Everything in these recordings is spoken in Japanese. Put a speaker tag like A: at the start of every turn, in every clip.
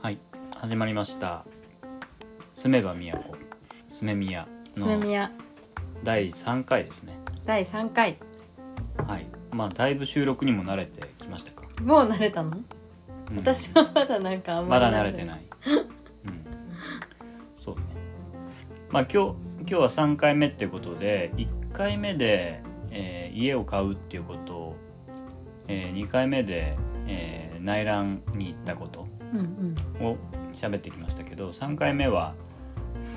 A: はい始まりました「住めば都住め宮」
B: スメミ
A: の
B: ヤ
A: 第3回ですね
B: 第3回
A: はいまあだいぶ収録にも慣れてきましたか、
B: もう慣れたの、
A: うん
B: 私はまだなんかあん
A: ま
B: まり
A: だ慣れて ない、うん、そうねまあ今日今日は3回目ってことで1回目で、えー家を買うっていうことを、え2回目で、えー内覧に行ったこと
B: うん
A: を喋ってきましたけど3回目は、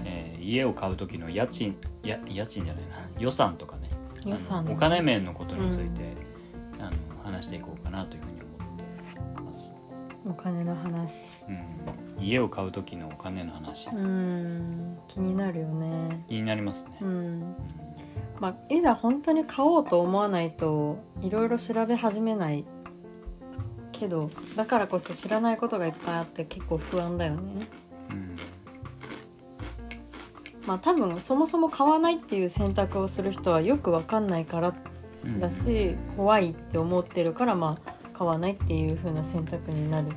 A: えー家を買う時の家賃や家賃じゃないな予算とかね
B: うん予
A: あ
B: 算
A: のお金面のことについて、あの話していこうかなというふうに思ってます、
B: お金の話
A: うん、家を買う時のお金の話、
B: うーん気になるよね
A: 気になりますね、
B: うんまあいざ本当に買おうと思わないといろいろ調べ始めないけどだからこそ知らないことがいっぱいあって結構不安だよね
A: うん
B: まあ多分そもそも買わないっていう選択をする人はよくわかんないから
A: うん
B: だし怖いって思ってるからまあ買わないっていう風な選択になるっ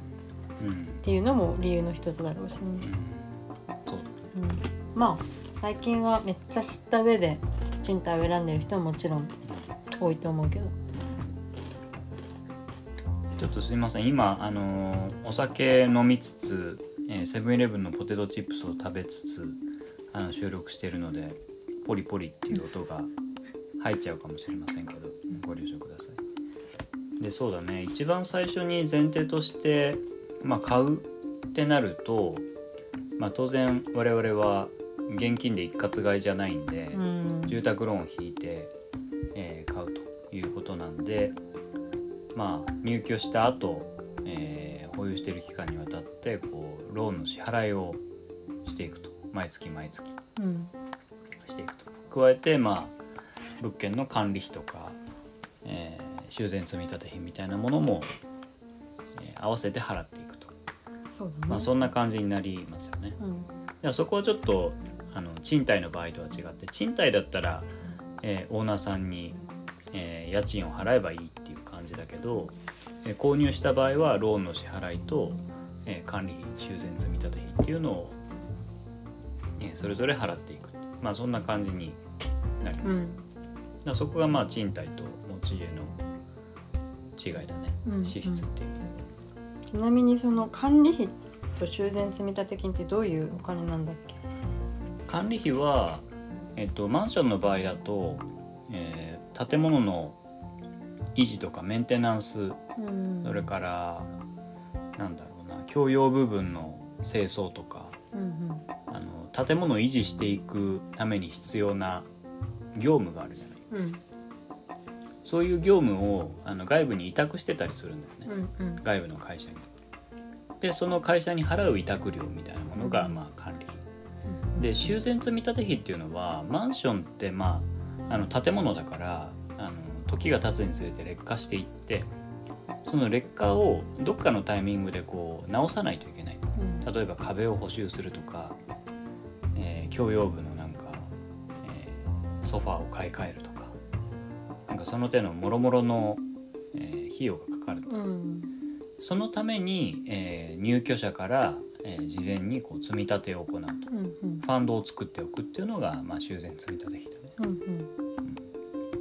A: うん、うん
B: ていうのも理由の一つだろうしね、
A: そう
B: うん、まあ最近はめっちゃ知った上で賃貸を選んでる人はもちろん多いと思うけど
A: ちょっとすいません今、あのーお酒飲みつつえーセブンイレブンのポテトチップスを食べつつあの収録しているのでポリポリっていう音が入っちゃうかもしれませんけどご了承くださいでそうだね一番最初に前提として、まあ、買うってなると、まあ、当然我々は現金で一括買いじゃないんで、
B: うん
A: 住宅ローンを引いて、えー買うということなんでまあ入居した後、えー保有している期間にわたってこうローンの支払いをしていくと毎月毎月
B: うん
A: していくと加えてまあ物件の管理費とか、えー修繕積立費みたいなものも、えー合わせて払っていくと、
B: そうだね、
A: まあ、そんな感じになりますよね。
B: うん
A: いやそこはちょっとあの賃貸の場合とは違って賃貸だったら、えーオーナーさんに、えー家賃を払えばいいっていう感じだけど、えー購入した場合はローンの支払いと、えー管理費修繕積立費っていうのを、えーそれぞれ払っていくまあそんな感じになり
B: う
A: ます、だか
B: ん
A: らそこがまあ賃貸と持ち家の違いだね、
B: うん
A: 支出っていう意味で
B: ちなみにその管理費と修繕積立金ってどういうお金なんだっけ
A: 管理費は、えっと、マンションの場合だと、えー建物の維持とかメンテナンス
B: うん
A: それからなんだろうな共用部分の清掃とか
B: うん
A: あの建物を維持していくために必要な業務があるじゃない
B: うんうん
A: そういう業務をあの外部に委託してたりするんだよね、
B: うんうん
A: 外部の会社に。でその会社に払う委託料みたいなものが、まあ、管理費で修繕積立費っていうのはマンションって、まあ、あの建物だからあの時が経つにつれて劣化していってその劣化をどっかのタイミングでこう直さないといけない
B: うん
A: 例えば壁を補修するとか、えー共用部のなんか、えーソファーを買い替えるとかなんかその手のもろもろの、えー費用がかかる
B: うん
A: そのために、えー入居者から、えー事前にこう積み立てを行うと。
B: うんうん
A: ファンドを作っておくっていうのが、まあ、修繕積立費だね
B: うんうん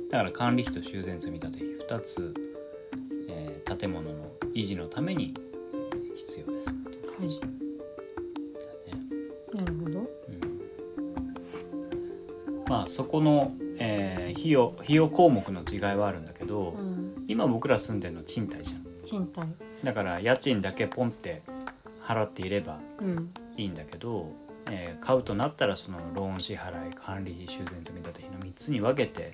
A: だから管理費と修繕積立費2つ、えー建物の維持のためにえー必要ですっていう感じだね、
B: なるほど
A: うん、まあそこの、えー費用費用項目の違いはあるんだけど、
B: うん
A: 今僕ら住んでるの賃貸じゃん
B: 賃貸
A: だから家賃だけポンって払っていれば
B: うん
A: いいんだけど、えー買うとなったらそのローン支払い管理費修繕積立費の3つに分けて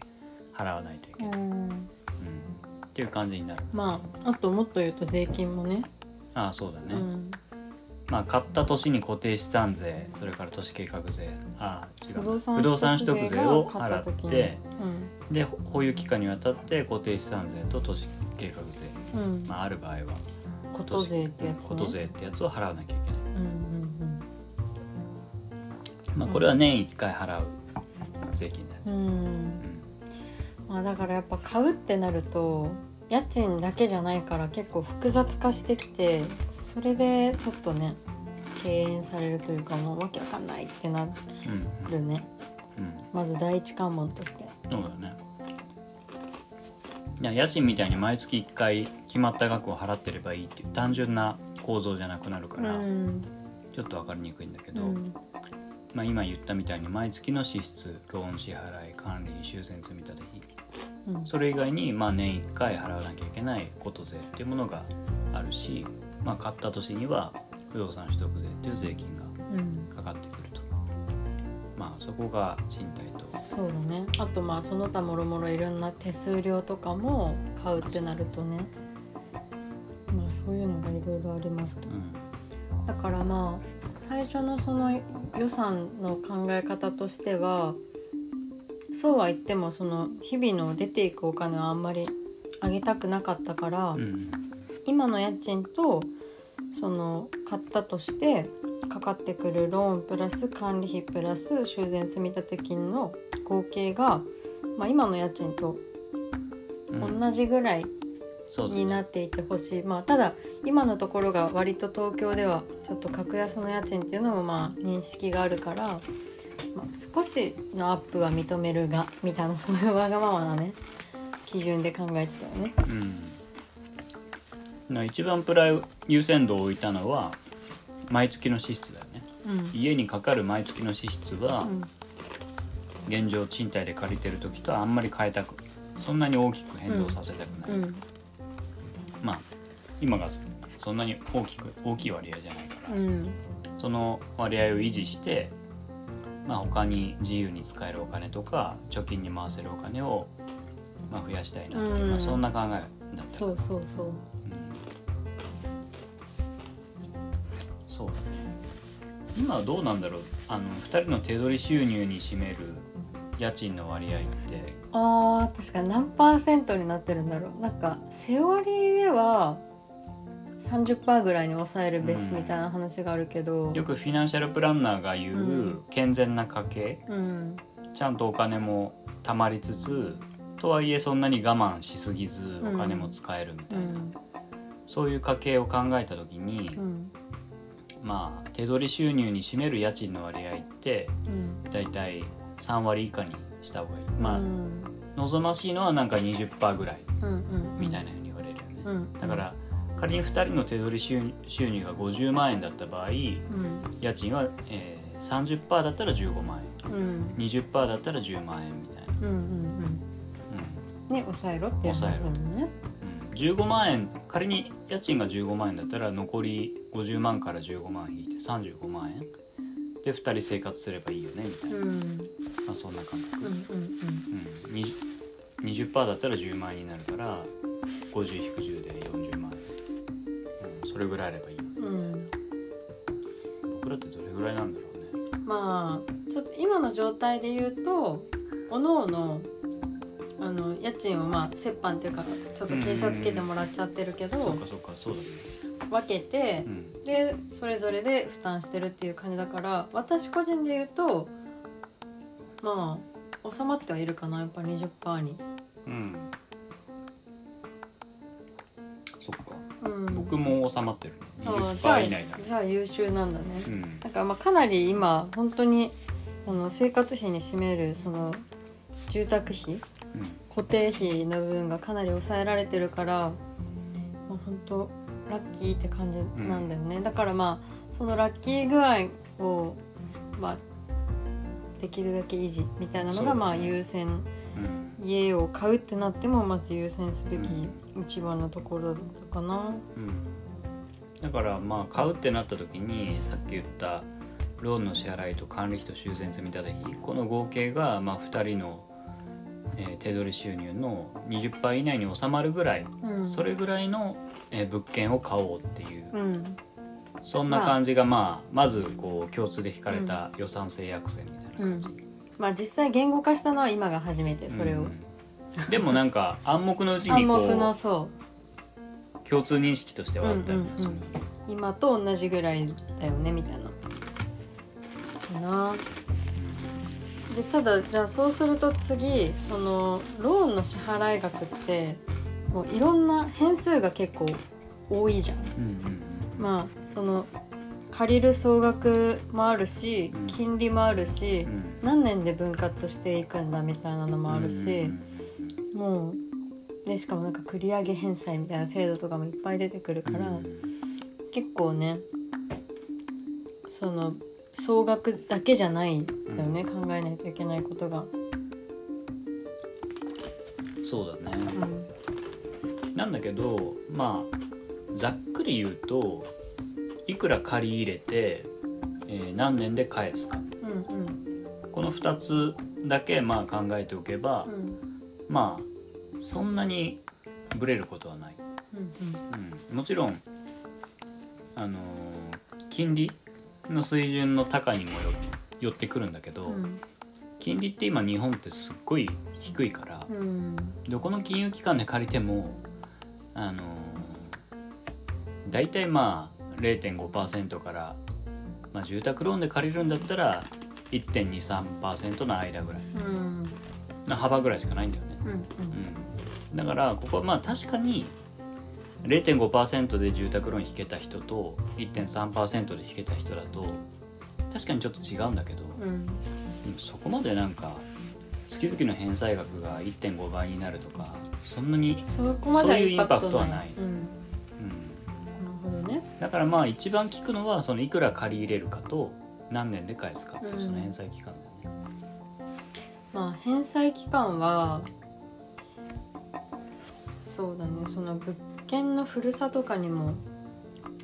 A: 払わないといけ
B: う
A: ない、
B: ん
A: うんっていう感じになる
B: まああともっと言うと税金もね
A: ああそうだね、
B: うん、
A: まあ買った年に固定資産税それから都市計画税ああ違う
B: 不動産
A: 不動産取得税を
B: 買った
A: 払
B: 時
A: っ
B: に
A: てで保有期間にわたって固定資産税と都市計画税、
B: うんうん
A: まあ、ある場合は
B: こと税ってやつ、ね、
A: こと税ってやつを払わなきゃいけない
B: うんうん
A: まあこれは年1回払う税金だよね、
B: うんうんまあだからやっぱ買うってなると家賃だけじゃないから結構複雑化してきてそれでちょっとね敬遠されるというかもうわけわかんないってな
A: うん
B: るね
A: うんうん
B: まず第一関門として
A: そうだねいや家賃みたいに毎月1回決まった額を払ってればいいっていう単純な構造じゃなくなるか
B: う
A: ら、
B: ん
A: ちょっと分かりにくいんだけ
B: う
A: ど、
B: ん
A: まあ、今言ったみたいに毎月の支出ローン支払い管理費修繕積立費
B: うん
A: それ以外にまあ年1回払わなきゃいけないこと税っていうものがあるし、まあ、買った年には不動産取得税っていう税金が
B: うん
A: かかってくるとまあそこが賃貸と
B: そうだねあとまあその他もろもろいろんな手数料とかも買うってなるとねまあそういうのがいろいろありますと
A: うん
B: だからまあ最初のその予算の考え方としてはそうは言ってもその日々の出ていくお金はあんまり上げたくなかったから、
A: うん
B: 今の家賃とその買ったとしてかかってくるローンプラス管理費プラス修繕積立金の合計が、まあ、今の家賃と
A: うんうん
B: 同じぐらい
A: そうだね
B: になっていてほしい、まあ、ただ今のところが割と東京ではちょっと格安の家賃っていうのもまあ認識があるから、まあ、少しのアップは認めるがみたいなそういうわがままなね基準で考えてたよね。
A: うん、な一番プライ優先度を置いたのは毎月の支出だよね
B: うん
A: 家にかかる毎月の支出は
B: うん
A: 現状賃貸で借りてる時とはあんまり変えたくそんなに大きく変動させたくない、
B: うん
A: まあ今がそんなに大きく大きい割合じゃないから、
B: うん
A: その割合を維持して、まあ、他に自由に使えるお金とか貯金に回せるお金を、まあ、増やしたいなっていう、
B: うん
A: まあ、そんな考えだったかな
B: そうそうそう
A: そうだね今はどうなんだろうあの2人の手取り収入に占める家賃の割合って
B: あー確かに何パーセントになってるんだろうなんかセオリーでは30%ぐらいに抑えるべしみたいな話があるけど、
A: よくフィナンシャルプランナーが言
B: うん
A: う健全な家計
B: うん、
A: ちゃんとお金も貯まりつつとはいえそんなに我慢しすぎず
B: ん
A: お金も使えるみ
B: う
A: たいな、
B: ん
A: そういう家計を考えた時に、
B: うん
A: まあ手取り収入に占める家賃の割合って
B: うん
A: だいたい3割以下にした方がいい、まあ
B: うん
A: 望ましいのはなんか20%ぐらい
B: うんうん、
A: みたいな風に言われるよね、
B: うん
A: だから仮に2人の手取り収収入が50万円だった場合家
B: うん
A: 賃は、えー、30%だったら15万円
B: うんうん
A: 20%だったら10万円みたいな、
B: うんうんね抑えろっていう話だもんね
A: うんうん、15万円仮に家賃が15万円だったら残り50万から15万引いて35万円で2人生活すればいいよねみたい
B: うん
A: な、
B: うん
A: まあ、そんな感覚、
B: うんうん
A: うん、に20%だったら10万円になるから50引く10で40万円、うん、それぐらいあればいいよね
B: うん
A: 僕らってどれぐらいなんだろうね
B: まあちょっと今の状態で言うとおのおのあの家賃をまあ折半っていうかちょっと傾斜つけてもらっちゃってるけ
A: そ
B: ど
A: うかそうかそうだね
B: 分けて
A: う、ん
B: でそれぞれで負担してるっていう感じだから私個人で言うとまあ収まってはいるかなやっぱ20%に。
A: うんそっか
B: うん、
A: 僕も収まってるね
B: あーじゃあ
A: 20%以内だね
B: じゃあ優秀なんだね、
A: うん
B: だからまあかなり今本当にあの生活費に占めるその住宅費固定費の部分がかなり抑えられてるから、まあ、本当ラッキーって感じなんだよね、だからまあそのラッキー具合を、まあ、できるだけ維持みたいなの
A: そう
B: が
A: だね
B: まあ優先、
A: うんうん
B: 家を買うってなってもまず優先すべき
A: う
B: 一番のところだったかな。
A: うんだからまあ買うってなった時にさっき言ったローンの支払いと管理費と修繕積立費この合計がまあ2人の、えー手取り収入の20%以内に収まるぐらい
B: うん、
A: それぐらいの、えー物件を買おうっていう
B: うん
A: そんな感じが、まあ、まずこう共通で引かれた予算制約線みたいな感じ、
B: まあ実際言語化したのは今が初めてそれ
A: う
B: を、
A: んでもなんか暗黙のうちに
B: 暗
A: こ
B: 黙の
A: う
B: そう
A: 共通認識としてはあったよね、
B: うんうんうん今と同じぐらいだよねみたいな。かなでただじゃあそうすると次そのローンの支払い額ってもういろんな変数が結構多いじゃん。
A: うんうんうん
B: まあその借りる総額もあるし
A: うん
B: 金利もあるし
A: う、ん
B: 何年で分割していくんだみたいなのもある
A: う
B: し、
A: ん
B: もうでしかもなんか繰り上げ返済みたいな制度とかもいっぱい出てくる
A: うん
B: から、
A: うん
B: 結構ねその総額だけじゃないんだよね、考えないといけないことが。
A: そうだね、
B: うん
A: なんだけどまあざっくり言うといくら借り入れて、えー何年で返すか
B: うんうん
A: この2つだけまあ考えておけば、
B: うんうん
A: まあそんなにブレることはない、
B: うん
A: うん、もちろんあのー金利の水準の高にもよ寄ってくるんだけど、
B: うん
A: 金利って今日本ってすっごい低いから、
B: うん
A: どこの金融機関で借りてもあのー大体まあ0.5%から、まあ、住宅ローンで借りるんだったら1.23%の間ぐらい
B: うん
A: の幅ぐらいしかないんだよね、
B: うん
A: うん、だからここはまあ確かに0.5%で住宅ローン引けた人と1.3%で引けた人だと確かにちょっと違うんだけど、
B: うん
A: でもそこまでなんか月々の返済額が1.5倍になるとかそんなに
B: そこまでは
A: そういう
B: イ
A: イン
B: ンパ
A: パ
B: ク
A: ク
B: ト
A: ト
B: な
A: はいない
B: うん、
A: うん、
B: なるほどね
A: だからまあ一番聞くのはそのいくら借り入れるかと何年で返すかっていう
B: うん
A: その返済期間だよね。
B: まあ返済期間はそうだねその物件の古さとかにも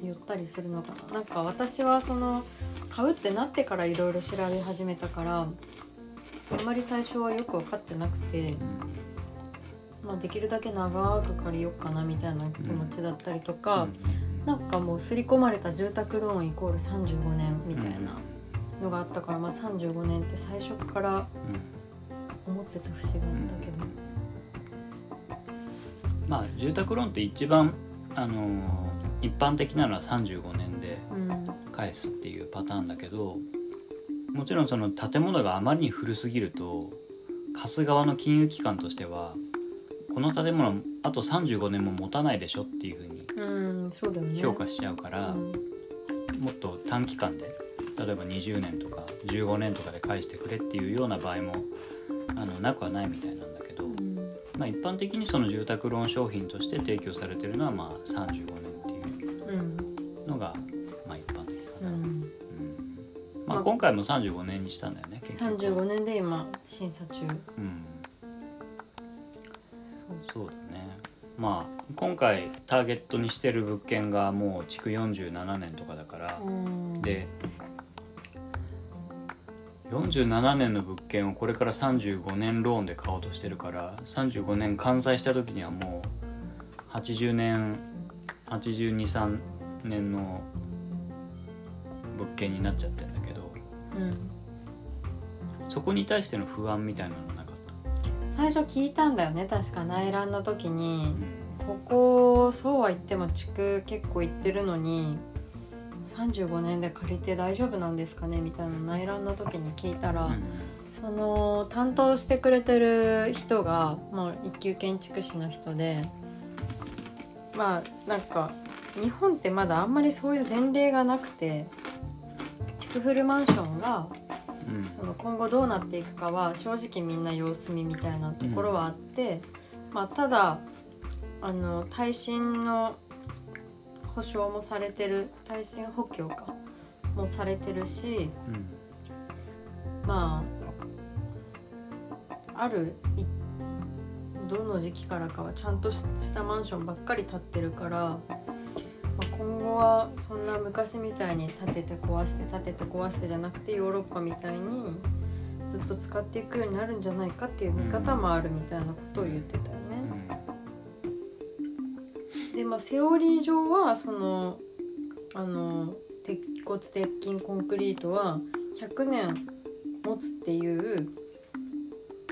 B: 寄ったりするのかななんか私はその買うってなってからいろいろ調べ始めたからあんまり最初はよく分かってなくて、まあ、できるだけ長く借りようかなみたいな気持ちだったりとか、なんかもう刷り込まれた住宅ローンイコール35年みたいなのがあったから、まあ、35年って最初から
A: うんうん
B: 思ってた節があったけど。
A: まあ住宅ローンって一番、あのー一般的なのは35年で
B: うん
A: 返すっていうパターンだけどもちろんその建物があまりに古すぎると貸す側の金融機関としてはこの建物あと35年も持たないでしょっていうふうに
B: うん、そうだよね。
A: 評価しちゃうから、
B: うん
A: もっと短期間で例えば20年とか15年とかで返してくれっていうような場合もあのなくはないみたいなんだけど、
B: うん
A: まあ、一般的にその住宅ローン商品として提供されてるのはまあ35年っていう
B: うん
A: のがまあ一般的
B: う
A: かな、
B: ん、
A: うんま
B: ま
A: あ、
B: あ
A: 今回も35年にしたんだよね結局
B: 35年で今審査中。
A: うん
B: そう
A: そうだねまあ今回ターゲットにしてる物件がもう築47年とかだから、
B: うん、
A: で47年の物件をこれから35年ローンで買おうとしてるから35年完済した時にはもう80年823年の物件になっちゃってんだけど
B: うん、
A: そこに対しての不安みたいなのはなかった、
B: 最初聞いたんだよね。確か内覧の時に
A: う、ん
B: ここそうは言っても地区結構行ってるのに。35年で借りて大丈夫なんですかねみたいな内覧の時に聞いたら、その担当してくれてる人が、まあ、一級建築士の人でまあなんか日本ってまだあんまりそういう前例がなくて築古マンションが
A: うんうん
B: その今後どうなっていくかは正直みんな様子見みたいなところはあって、まあ、ただあの耐震の保証もされてる耐震補強かもされてるし
A: うん
B: まああるいどの時期からかはちゃんとししたマンションばっかり建ってるから、まあ、今後はそんな昔みたいに建てて壊して建てて壊してじゃなくてヨーロッパみたいにずっと使っていくようになるんじゃないかっていう見方もあるみたいなことを言ってたよね。でまあセオリー上はそのあの鉄骨鉄筋コンクリートは100年持つっていう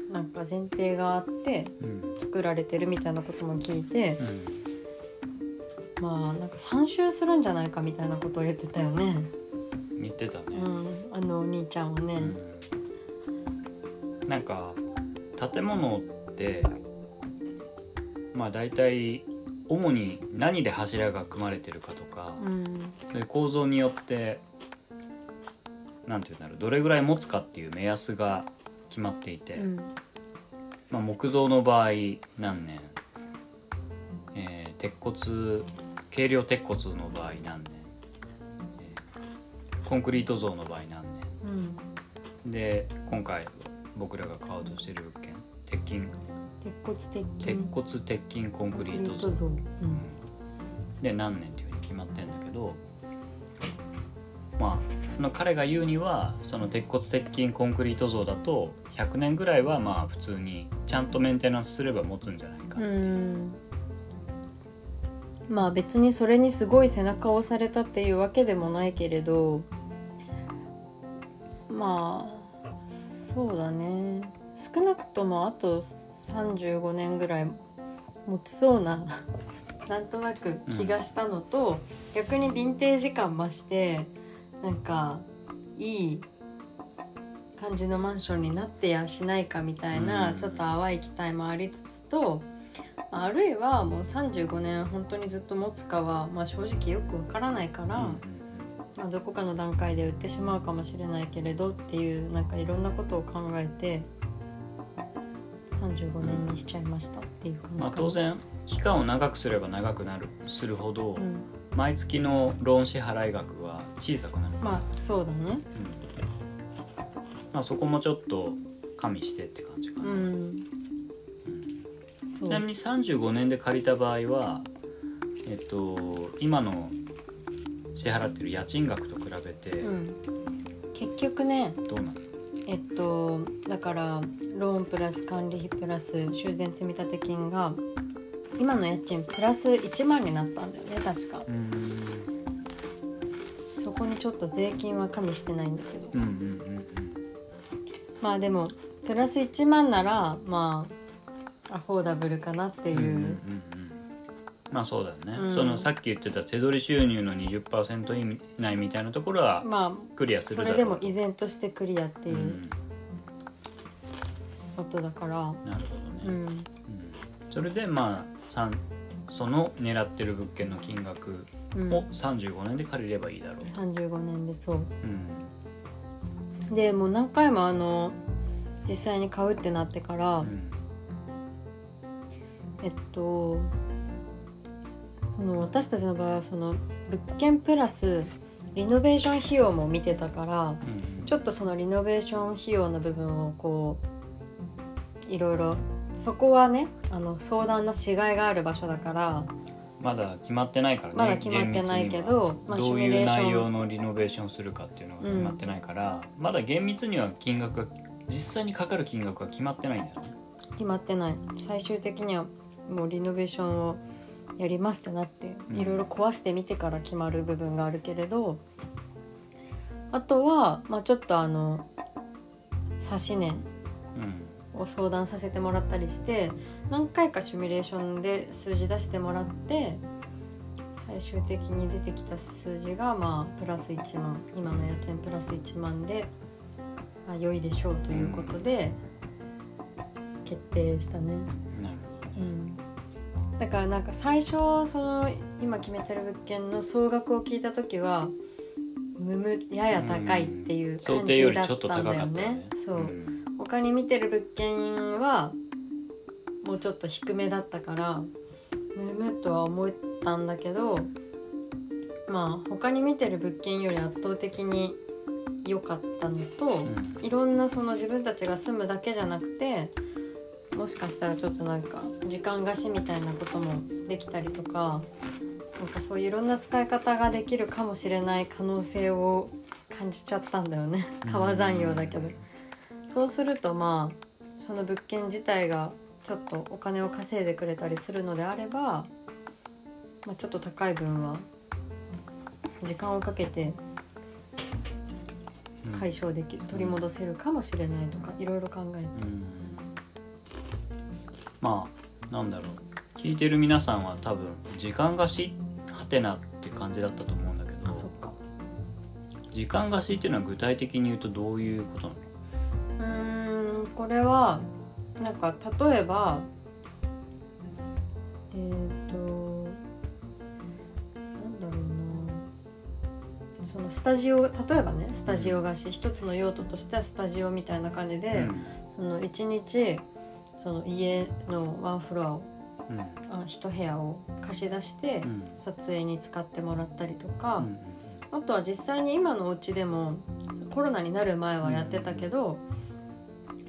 B: なんか前提があって
A: うんうん
B: 作られてるみたいなことも聞いて
A: うん
B: まあなんか3周するんじゃないかみたいなことを言ってたよね、
A: 言ってたね、
B: うん、あのお兄ちゃんはね。
A: うんなんか建物ってまあ大体主に何で柱が組まれてるかとか、
B: うん
A: そういう構造によってなんていうんだろうどれぐらい持つかっていう目安が決まっていて、
B: うん
A: まあ、木造の場合何年、えー鉄骨軽量鉄骨の場合何年、えーコンクリート像の場合何
B: うん
A: 年で今回僕らが買おうとしてる物件鉄筋
B: 鉄骨鉄筋
A: 鉄骨鉄筋コンクリート
B: コ
A: 像
B: ンクリート像う
A: うんんで何年っていうふうに決まってんだけどまあその彼が言うにはその鉄骨鉄筋コンクリート像だと100年ぐらいはまあ普通にちゃんとメンテナンスすれば持つんじゃないか、
B: うんまあ別にそれにすごい背中を押されたっていうわけでもないけれどまあそうだね少なくともあと35年ぐらい持ちそうな なんとなく気がしたのと、逆にヴィンテージ感増してなんかいい感じのマンションになってやしないかみたいな、
A: うん
B: ちょっと淡い期待もありつつとあるいはもう35年本当にずっと持つかは、まあ、正直よくわからないから、
A: うん
B: まあ、どこかの段階で売ってしまうかもしれないけれどっていうなんかいろんなことを考えて35年にしちゃいましたっていう感じかな、
A: まあ、当然期間を長くすれば長くなるするほど、
B: うん、
A: 毎月のローン支払い額は小さくなる、
B: まあそうだね
A: うんまあ、そこもちょっと加味してって感じか
B: う
A: な、
B: ん
A: うん
B: そう
A: ちなみに35年で借りた場合は、えっと、今の支払ってる家賃額と比べて
B: うん、結局ね
A: どうなの、
B: えっとだからローンプラス管理費プラス修繕積立金が今の家賃プラス1万になったんだよね確か
A: うん、
B: そこにちょっと税金は加味してないんだけど
A: うんうんうん
B: まあでもプラス1万ならまあアフォーダブルかなってい
A: うんうんうんうん
B: う
A: まあそうだよね、
B: うん
A: そのさっき言ってた手取り収入の20%以内みたいなところは
B: ま
A: クリア
B: あ
A: す
B: そ
A: るだろ
B: れ
A: う
B: でも依然としてクリアっていううんことだから
A: なるほ
B: う
A: どね、
B: ん
A: うんそれでまあさんその狙ってる物件の金額
B: うん
A: を35年で借りればいいだろう、
B: 35年でそう
A: うん
B: でもう何回もあの実際に買うってなってから、
A: うん
B: えっとその私たちの場合はその物件プラスリノベーション費用も見てたから
A: うん、
B: ちょっとそのリノベーション費用の部分をこういろいろそこはねあの相談のしがいがある場所だから
A: まだ決まってないからね
B: まだ決まってないけど、まあ、
A: ど
B: シ
A: う
B: ミュ
A: い
B: レ
A: う
B: ーシ
A: 内
B: ョ
A: 容
B: ン
A: のリノベーションをするかっていうのが決まってないから、まだ厳密には金額が実際にかかる金額が決まってないんだよね。
B: 決まってない最終的にはもうリノベーションをやりますってなって
A: うん
B: いろいろ壊してみてから決まる部分があるけれど、あとは、まあ、ちょっとあの差し値
A: うん
B: を相談させてもらったりして何回かシミュレーションで数字出してもらって最終的に出てきた数字がまあプラス1万今の家賃プラス1万で、まあ、良いでしょうということで決定したね。
A: なるほど
B: う
A: ね
B: んだからなんか最初その今決めてる物件の総額を聞いた時はむむやや高いっていう
A: 想
B: 感
A: 定よ
B: じ
A: り
B: だっ
A: ちょっと
B: た
A: 高
B: んだ
A: か
B: よ
A: ったよ
B: ね
A: ね。。
B: そう、
A: ん
B: 他に見てる物件はもうちょっと低めだったからむむとは思ったんだけどまあ他に見てる物件より圧倒的に良かったのと、
A: うん
B: いろんなその自分たちが住むだけじゃなくてもしかしたらちょっとなんか時間貸しみたいなこともできたりとかなんかそういういろんな使い方ができるかもしれない可能性を感じちゃったんだよね川山用だけど。そうするとまあその物件自体がちょっとお金を稼いでくれたりするのであれば、まあ、ちょっと高い分は時間をかけて
A: うん
B: 解消できる、取り戻せるかもしれないとかいろいろ考えて
A: うんまあなんだろう聞いてる皆さんは多分時間貸しはてなって感じだったと思うんだけど
B: あそっか
A: 時間貸しっていうのは具体的に言うとどういうことなの
B: うーんこれはなんか例えばえっ、となんだろうなそのスタジオ例えばねスタジオ貸し一つの用途としてはスタジオみたいな感じで、その1日その家のワンフロアを
A: うんうん
B: あ一部屋を貸し出して
A: うん
B: 撮影に使ってもらったりと
A: う
B: か、
A: ん
B: あとは実際に今のお家でもコロナになる前はやってたけど、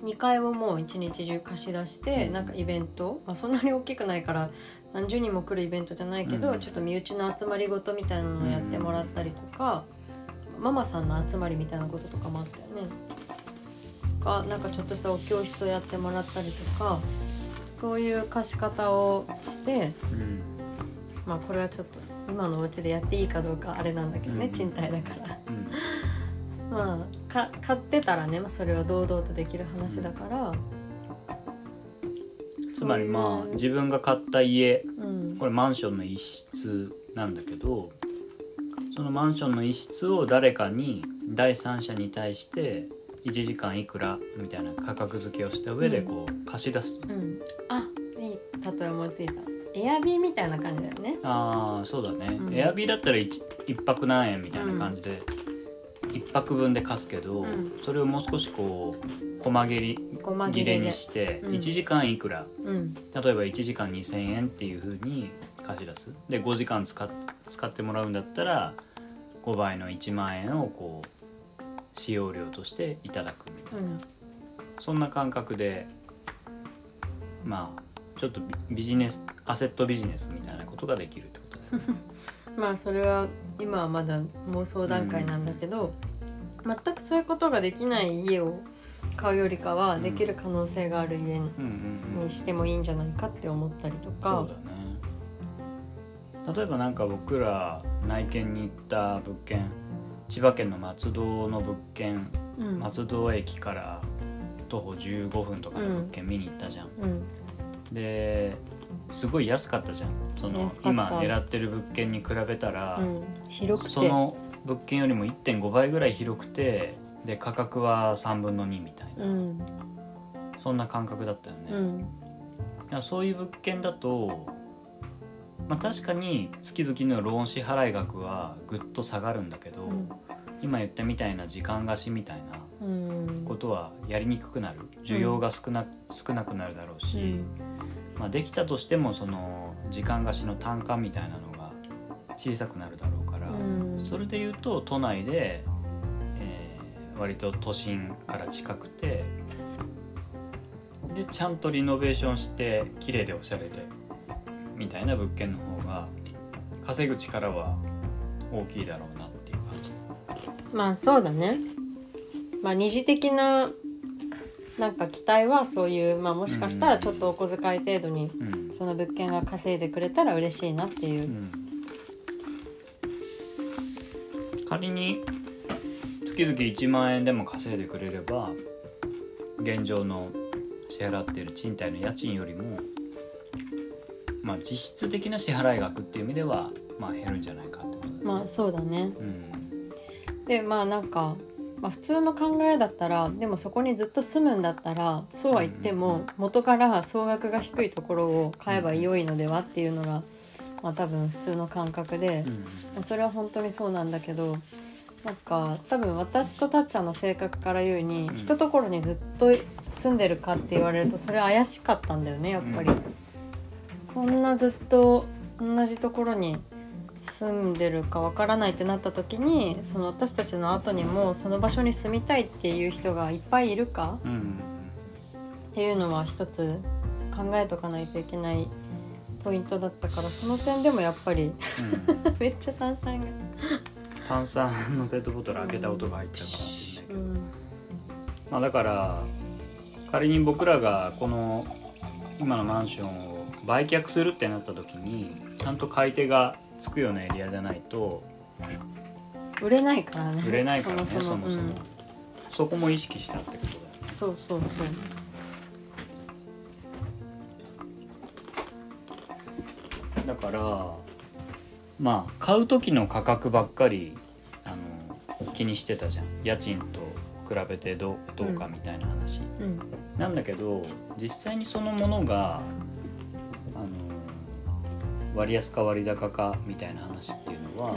B: 2階をもう一日中貸し出して、
A: うん
B: なんかイベント、まあ、そんなに大きくないから何十人も来るイベントじゃないけど、
A: うん
B: ちょっと身内の集まりごとみたいなのをやってもらったりとか、ママさんの集まりみたいなこととかもあったよね。かなんかちょっとしたお教室をやってもらったりとかそういう貸し方をして。
A: うん
B: まあこれはちょっと今のお家でやっていいかどうかあれなんだけどね、
A: うん
B: 賃貸だから
A: うん
B: まあか買ってたらねまあそれは堂々とできる話だから
A: つまりま
B: そうい
A: あ
B: う
A: 自分が買った家
B: うん
A: これマンションの一室なんだけどそのマンションの一室を誰かに第三者に対して1時間いくらみたいな価格付けをした上で
B: うん
A: こう貸し出す、
B: うんあいい例え思いついたエアビーみたいな感じだよね
A: ああそうだね、
B: うん
A: エアビーだったら 1, 泊何円みたいな感じで、一1泊分で貸すけど、
B: うん
A: それをもう少しこう細切り
B: 細
A: 切
B: 切
A: れ
B: れで
A: にして、
B: うん
A: 1時間いくら
B: うん
A: 例えば1時間2,000円っていう風に貸し出すで5時間使っ使ってもらうんだったら5倍の1万円をこう使用料としていただくみたいな
B: うん
A: そんな感覚でまあちょっとビビジネスアセットビジネスみたいなことができるってことだよ ね。
B: まあそれは今はまだ妄想段階なんだけど、全くそういうことができない家を買うよりかはできる可能性がある家に,、
A: うんうんうん、
B: してもいいんじゃないかって思ったりと
A: そ
B: か。
A: うだね例えばなんか僕ら内見に行った物件千葉県の松戸の物件
B: うん
A: 松戸駅から徒歩15分とかの物件見に行ったじゃん、
B: うん
A: ですごい安かったじゃんその
B: 安かった
A: 今狙ってる物件に比べたら、
B: うん、広くて
A: その物件よりも1.5倍ぐらい広くてで価格は3分の2みたいな、
B: うん
A: そんな感覚だったよね、
B: う
A: い
B: ん
A: やそういう物件だとまあ確かに月々のローン支払い額はぐっと下がるんだけど、
B: うん
A: 今言ったみたいな時間貸しみたいな
B: うん
A: ことはやりにくくなる需要が少な,、少なくなるだろうし、まあ、できたとしてもその時間貸しの単価みたいなのが小さくなるだろうから、
B: うん
A: それで言うと都内で、えー割と都心から近くてでちゃんとリノベーションして綺麗でおしゃれでみたいな物件の方が稼ぐ力は大きいだろうなっていう感じ。
B: まあそうだねまあ二次的ななんか期待はそういう、まあ、もしかしたらちょっとお小遣い程度に
A: うん
B: その物件が稼いでくれたら嬉しいなっていうう、
A: ん仮に月々1万円でも稼いでくれれば現状の支払っている賃貸の家賃よりも、まあ、実質的な支払い額っていう意味では、まあ、減るんじゃないかってことだね。
B: まあそうだね
A: うん
B: でまあなんか、まあ、普通の考えだったらでもそこにずっと住むんだったらそうは言って
A: うん
B: も元から総額が低いところを買えば良いのではっていうのが、まあ、多分普通の感覚で。
A: うん
B: まあそれは本当にそうなんだけどなんか多分私とたっちゃんの性格から言うに、
A: うん
B: 一ところにずっと住んでるかって言われるとそれ怪しかったんだよねやっぱり、
A: うん
B: そんなずっと同じところに住んでるかわからないってなった時にその私たちの後にもその場所に住みたいっていう人がいっぱいいるか
A: うん
B: っていうのは一つ考えとかないといけないポイントだったからその点でもやっぱり
A: うんうん
B: めっちゃ炭酸が。
A: 炭酸のペットボトル開けた音が入ったかもしれないけ
B: う
A: ど、
B: ん
A: まあ、だから仮に僕らがこの今のマンションを売却するってなった時にちゃんと買い手がつくようなエリアじゃないと
B: 売れないからね
A: 売れないからねそ
B: そも
A: も
B: そ
A: そ
B: も
A: も、
B: うん
A: そこも意識したってことだよね
B: そうそうそう
A: だからまあ買う時の価格ばっかりあの気にしてたじゃん家賃と比べてどうどうかみたいな話、
B: うん
A: なんだけど実際にそのものがあの割安か割高かみたいな話っていうのは、
B: う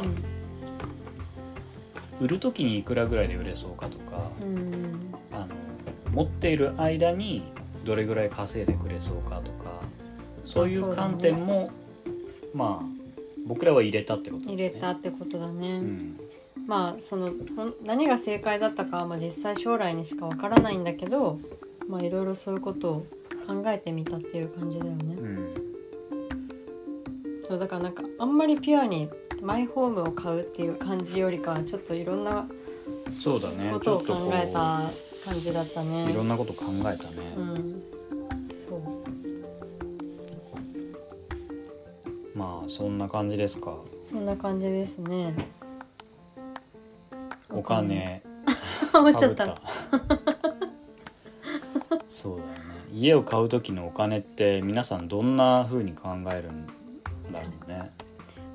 A: 売る時にいくらぐらいで売れそうかとか
B: うん
A: あの持っている間にどれぐらい稼いでくれそうかとかそうい
B: そううだね
A: 観点も、まあ僕らは入れたってことだ
B: 入
A: ね
B: れたってことだね、
A: うん
B: まあそのほん何が正解だったかは、まあ、実際将来にしかわからないんだけどまあいろいろそういうことを考えてみたっていう感じだよね、
A: うん
B: そうだからなんかあんまりピュアにマイホームを買うっていう感じよりかはちょっといろんな
A: そうだね
B: こ
A: ちょ
B: と
A: っと
B: を考
A: こ
B: えた感じだったね
A: ういろんなこと考えたね、
B: うんそう
A: まあそんな感じですか
B: そんな感じですね
A: お金
B: あ
A: か
B: 思っちゃ
A: ぶ
B: っ
A: ったた そうだよね家を買う時のお金って皆さんどんな風に考えるんだろうね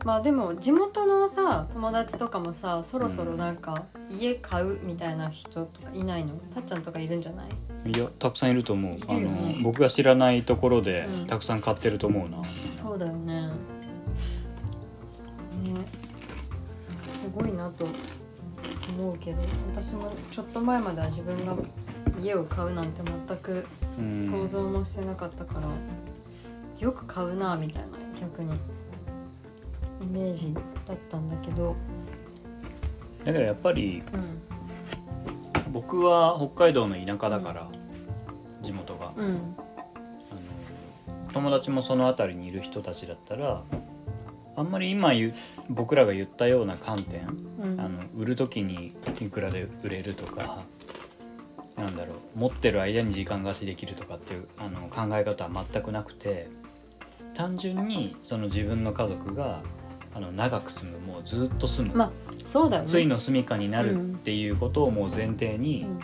B: まあでも地元のさ友達とかもさそろそろなんか家買うみたいな人とかいないのたっちゃんとかいるんじゃない
A: いやたくさんいると思う、あ
B: いるよ
A: の
B: ね
A: 僕が知らないところで、
B: うん
A: たくさん買ってると思うな
B: そうだよねねすごいなと思うけど私もちょっと前までは自分が家を買うなんて全く
A: うん
B: 想像もしてなかったから、よく買うなみたいな逆にイメージだったんだけど、
A: だけどやっぱり
B: うん、
A: 僕は北海道の田舎だから、地元が、
B: うん
A: あの友達もその辺りにいる人たちだったらあんまり今言う僕らが言ったような観点、
B: うん
A: あの売る時にいくらで売れるとかなんだろう持ってる間に時間貸しできるとかっていうあの考え方は全くなくて単純にその自分の家族があの長く住むもうずっと住む、
B: まあそうだよね
A: ついの住処になるっていうことをもう前提に、
B: うん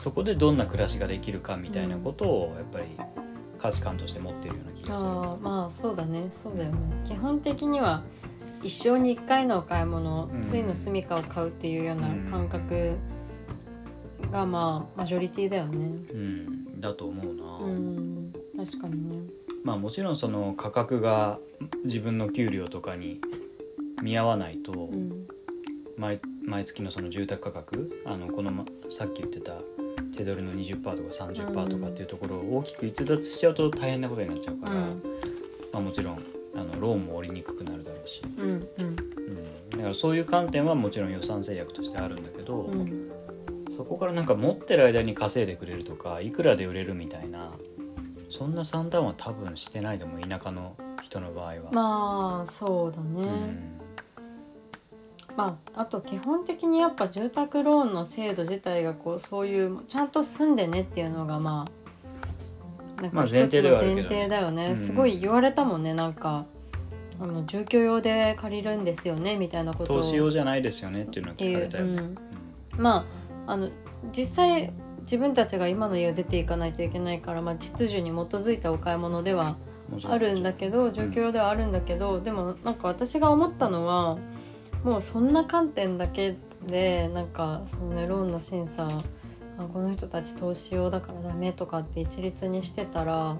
A: そこでどんな暮らしができるかみたいなことをやっぱり価値観として持ってるような気がする。
B: あーまあそうだねそうだよね基本的には一生に1回のお買い物、
A: うん
B: ついの住みかを買うっていうような感覚がまあマジョリティだよ
A: う
B: ね
A: ん、だと思うな、
B: うん確かにね
A: まあもちろんその価格が自分の給料とかに見合わないと、
B: うん
A: 毎毎月のその住宅価格あのこの、ま、さっき言ってた手取りの20%とか30%とかっていうところを大きく逸脱しちゃうと大変なことになっちゃうか
B: う
A: ら、
B: ん
A: まあ、もちろんあのローンも下りにくくなるだろうし、
B: うんうん
A: うん、だからそういう観点はもちろん予算制約としてあるんだけど、
B: うん
A: そこからなんか持ってる間に稼いでくれるとかいくらで売れるみたいなそんな算段は多分してないと思う田舎の人の場合は。
B: まあそうだね、
A: うん
B: まああと基本的にやっぱ住宅ローンの制度自体がこうそういうちゃんと住んでねっていうのがまあなん
A: まあ
B: か
A: 前
B: 一つ
A: 提で
B: の
A: はあるけどね
B: 前提だよね,、
A: うん
B: すごい言われたもんねなんかあの住居用で借りるんですよねみたいなことを
A: 投資用じゃないですよねっていうのは聞かれたよね。
B: っていううんまああの実際自分たちが今の家を出ていかないといけないから、まあ、秩序に基づいたお買い物では
A: うんもちろ
B: あるんだけど状況ではあるんだけど、でもなんか私が思ったのはもうそんな観点だけでなんかそのねローンの審査あこの人たち投資用だからダメとかって一律にしてたら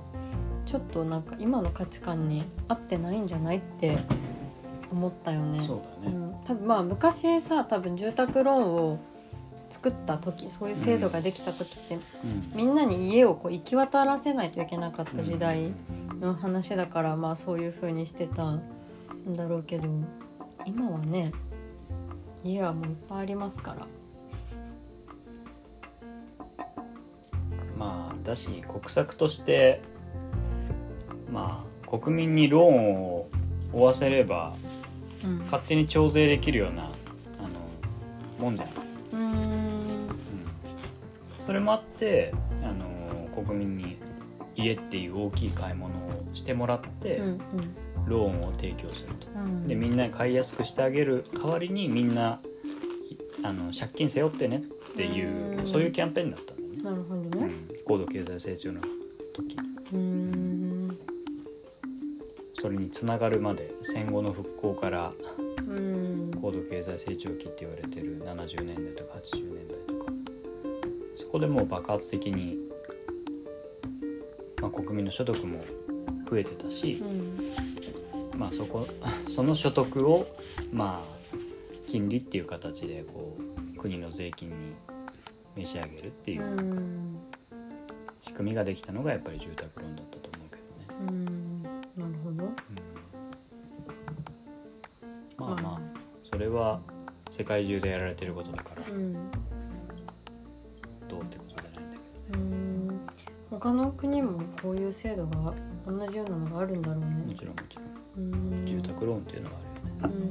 B: ちょっとなんか今の価値観に合ってないんじゃないって思ったよね。
A: そうだね、
B: うん、多分まあ昔さ多分住宅ローンを作った時そういう制度ができた時って、
A: うん
B: みんなに家をこう行き渡らせないといけなかった時代。
A: うん
B: の話だからまあそういう風にしてたんだろうけど今はね家はもういっぱいありますから
A: まあだし国策としてまあ国民にローンを負わせれば
B: うん
A: 勝手に徴税できるようなあのもんじゃない、
B: うーん
A: うん、それもあってあの国民に家っていう大きい買い物をしてもらって、
B: うん
A: ローンを提供すると
B: うんうん
A: でみんな買いやすくしてあげる代わりにみんないあの借金背負ってねっていう
B: うん
A: そういうキャンペーンだったんだよね
B: なるほど
A: う
B: ね
A: ん高度経済成長の時
B: うーん
A: それにつながるまで戦後の復興から
B: うーん
A: 高度経済成長期って言われてる70年代とか80年代とかそこでもう爆発的に、まあ、国民の所得も増えてたし
B: う、ん
A: まあ、そこその所得をまあ金利っていう形でこう国の税金に召し上げるっていううん仕組みができたのがやっぱり住宅ローンだったと思うけどね。
B: うんなるほど
A: うん、まあまあそれは世界中でやられてることだから
B: うん
A: どうってことじゃないんだけ
B: うん他の国もこういう制度が同じようなのがあるんだろう
A: ども
B: ね
A: ちろんもちろん
B: うん
A: 住宅ローンっていうのがあるよね。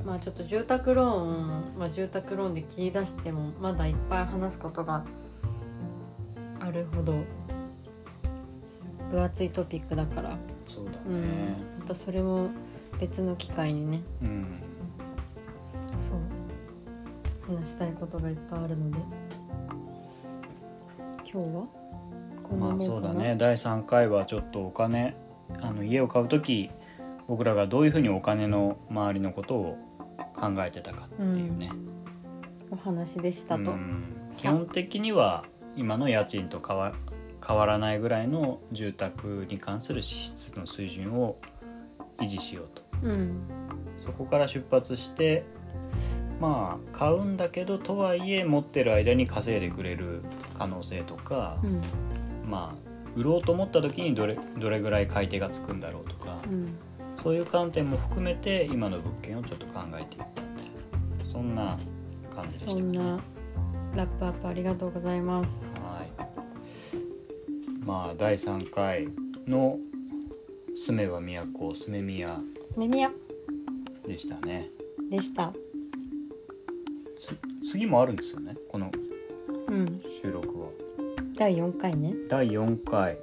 B: うんまあちょっと住宅ローンは住宅ローンで切り出してもまだいっぱい話すことがあるほど分厚いトピックだから、
A: そうだね、
B: うん、またそれも別の機会にね
A: うん、
B: そう話したいことがいっぱいあるので今日はこんな
A: まあ
B: もんかな
A: そうだね第3回はちょっとお金あの家を買う時僕らがどういうふうにお金の周りのことを考えてたかっていうね、
B: お話でしたと、
A: うん基本的には今の家賃と変わ変わらないぐらいの住宅に関する支出の水準を維持しようと
B: うん
A: そこから出発してまあ買うんだけどとはいえ持ってる間に稼いでくれる可能性とか、
B: うん
A: まあ売ろうと思った時にどれどれぐらい買い手がつくんだろうとか、
B: うん
A: そういう観点も含めて今の物件をちょっと考えていったみたいなそんな感じでし
B: そ
A: た
B: ん
A: ね。
B: なラップアップありがとうございます。
A: はい。まあ第3回の「住めば都住め宮
B: スメミヤ」
A: でしたね。
B: でした。
A: つ次もあるんですよねこの
B: うん。
A: 収録は。
B: 第4回ね。
A: 第4回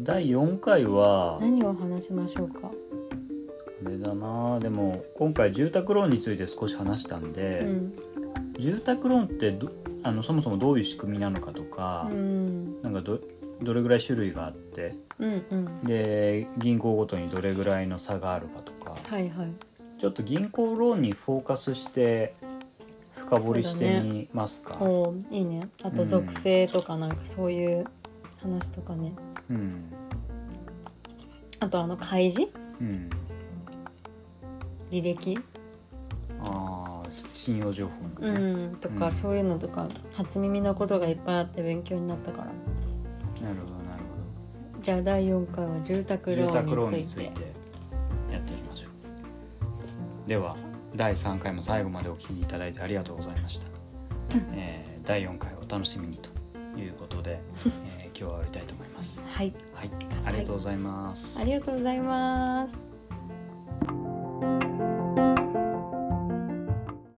A: 第4回は
B: 何を話しましょうか。
A: あれだなでも今回住宅ローンについて少し話したん
B: う
A: で、
B: ん。
A: 住宅ローンってどあのそもそもどういう仕組みなのかと
B: う
A: か、
B: ん。
A: なんかどどれぐらい種類があって
B: うんうん。
A: で銀行ごとにどれぐらいの差があるかとか
B: はいはい。
A: ちょっと銀行ローンにフォーカスして深掘りしてみますか。
B: おおいいね。あと属性とかなんかそういう話とかね。
A: うん
B: あとあの開示
A: うん、
B: 履歴
A: あーし信用情報
B: う
A: のね、
B: んとか、
A: うん
B: そういうのとか初耳のことがいっぱいあって勉強になったから
A: なるほどなる
B: じゃあ第4回は住宅
A: ほど
B: ロ
A: 住宅ロ
B: ー
A: ー
B: ン
A: ン
B: に
A: に
B: つ
A: つ
B: いて
A: いてやっていきましょうでは第3回も最後までお聞きいただいてありがとうございました、えー第4回をお楽しみにということで、えー今日は終わりたいと思います
B: はい
A: はいありがとうございます、
B: ありがとうございます